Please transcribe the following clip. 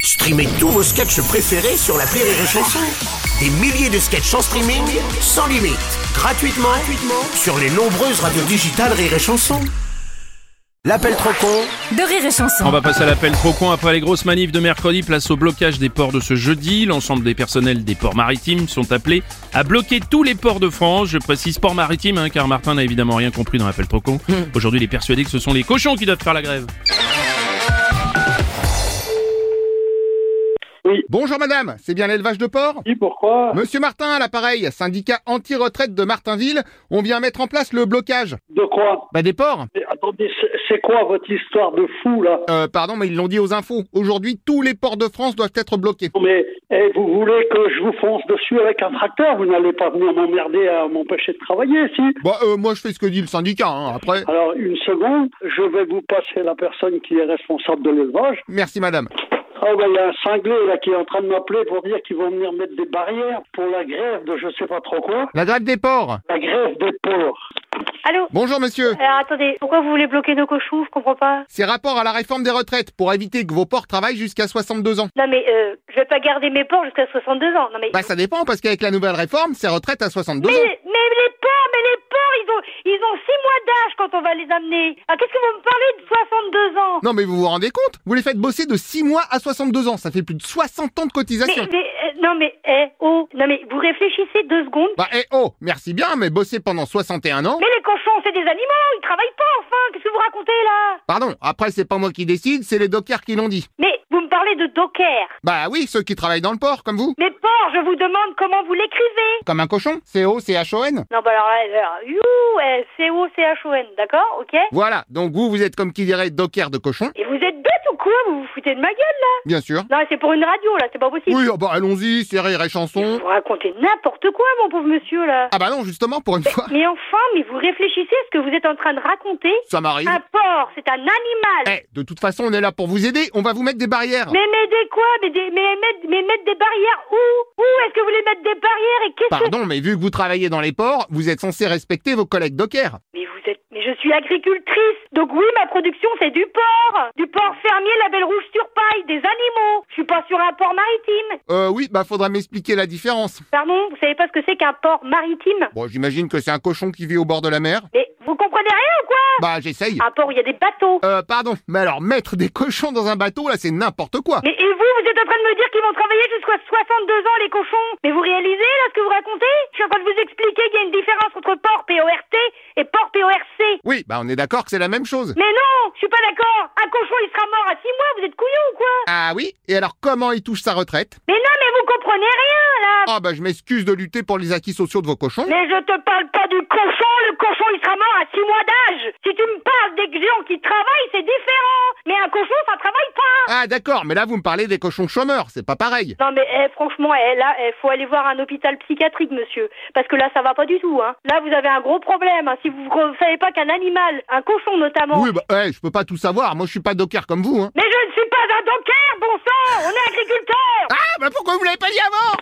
Streamez tous vos sketchs préférés sur la Rire et Chanson. Des milliers de sketchs en streaming, sans limite, gratuitement, gratuitement sur les nombreuses radios digitales Rire et Chanson. L'appel trop con de rire et chanson. On va passer à l'appel trop con après les grosses manifs de mercredi, place au blocage des ports de ce jeudi. L'ensemble des personnels des ports maritimes sont appelés à bloquer tous les ports de France. Je précise ports maritimes, hein, car Martin n'a évidemment rien compris dans l'appel trop con. Aujourd'hui, il est persuadé que ce sont les cochons qui doivent faire la grève. Bonjour madame, c'est bien l'élevage de porc Oui, pourquoi Monsieur Martin à l'appareil, syndicat anti-retraite de Martinville, on vient mettre en place le blocage. De quoi Bah des porcs Mais Attendez, c'est- c'est quoi votre histoire de fou, là Euh pardon mais ils l'ont dit aux infos. Aujourd'hui tous les ports de France doivent être bloqués. Non, Mais eh, vous voulez que je vous fonce dessus avec un tracteur Vous n'allez pas venir m'emmerder à m'empêcher de travailler, si Bah euh, moi je fais ce que dit le syndicat hein, après. Alors, une seconde, je vais vous passer la personne qui est responsable de l'élevage. Merci madame. Ah ben, il y a un cinglé, là, qui est en train de m'appeler pour dire qu'ils vont venir mettre des barrières pour la grève de je sais pas trop quoi. La grève des porcs. La grève des porcs. Allô Bonjour monsieur. Alors attendez, pourquoi vous voulez bloquer nos cochons Je comprends pas. C'est rapport à la réforme des retraites pour éviter que vos porcs travaillent jusqu'à 62 ans. Non mais euh, je vais pas garder mes porcs jusqu'à 62 ans. Non mais Bah ça dépend parce qu'avec la nouvelle réforme, c'est retraite à 62 mais, ans. mais les porcs, mais les porcs, ils ont ils ont 6 mois d'âge quand on va les amener. Ah qu'est-ce que vous me parlez de 62 ans Non mais vous vous rendez compte Vous les faites bosser de 6 mois à 62 ans, ça fait plus de 60 ans de cotisation. mais, mais, euh, non mais eh oh, non mais vous réfléchissez deux secondes. Bah, eh oh, merci bien, mais bosser pendant 61 ans Mais les cochons, c'est des animaux, ils travaillent pas enfin. Qu'est-ce que vous racontez là Pardon, après, c'est pas moi qui décide, c'est les dockers qui l'ont dit. Mais vous me parlez de docker. Bah oui, ceux qui travaillent dans le port, comme vous. Mais porcs, je vous demande comment vous l'écrivez. Comme un cochon, C-O-C-H-O-N. Non bah alors là, alors, you, eh, C O C H O N, d'accord, ok. Voilà, donc vous, vous êtes comme qui dirait docker de cochon, Et vous êtes bête ou quoi Vous vous foutez de ma gueule là bien sûr. Non, c'est pour une radio là, c'est pas possible. Oui, ah bah allons-y, c'est rire et Vous chanson. racontez n'importe quoi, mon pauvre monsieur là. Ah bah non, justement, pour une fois, Mais enfin, mais vous réfléchissez à ce que vous êtes en train de raconter ça m'arrive. Un porc, c'est un animal. Eh, de toute façon, on est là pour vous aider, on va vous mettre des barrières. Mais m'aider quoi mais, des, mais, mettre, mais mettre des barrières où Où est-ce que vous voulez mettre des barrières et qu'est-ce que Pardon, mais vu que vous travaillez dans les ports, vous êtes censé respecter vos collègues dockers. Mais vous êtes mais je suis agricultrice. Donc oui, ma production c'est du porc, du porc fermier label rouge sur paille, des animaux. Je suis pas sur un porc maritime. Euh, oui, bah faudra m'expliquer la différence. Pardon, vous savez pas ce que c'est qu'un porc maritime Bon, j'imagine que c'est un cochon qui vit au bord de la mer. Mais vous comprenez rien ou quoi Bah, j'essaye. Un port où il y a des bateaux. Euh, pardon, mais alors mettre des cochons dans un bateau, là, c'est n'importe quoi. Mais et vous, vous êtes en train de me dire qu'ils vont travailler jusqu'à 62 ans, les cochons Mais vous réalisez, là, ce que vous racontez Je suis en train de vous expliquer qu'il y a une différence entre port P-O-R-T et port P-O-R-C. Oui, bah on est d'accord que c'est la même chose. Mais non, je suis pas d'accord Un cochon, il sera mort à 6 mois, vous êtes couillon ou quoi Ah oui Et alors comment il touche sa retraite Mais non, mais vous comprenez rien, là Ah bah je m'excuse de lutter pour les acquis sociaux de vos cochons. Mais je te parle pas du cochon, le cochon il sera mort à 6 mois d'âge Si tu me parles des gens qui travaillent, c'est différent Mais un cochon, ça travaille pas Ah d'accord, mais là vous me parlez des cochons chômeurs, c'est pas pareil. Non mais eh, franchement, eh, là, il faut aller voir un hôpital psychiatrique, monsieur, parce que là, ça va pas du tout. Hein. Là, vous avez un gros problème. hein, si vous ne savez pas qu'un animal, un cochon notamment. Oui bah ouais, je peux pas tout savoir, moi je suis pas docker comme vous. Hein. Mais je ne suis pas un docker, bon sang, on est agriculteur. Ah bah pourquoi vous l'avez pas dit avant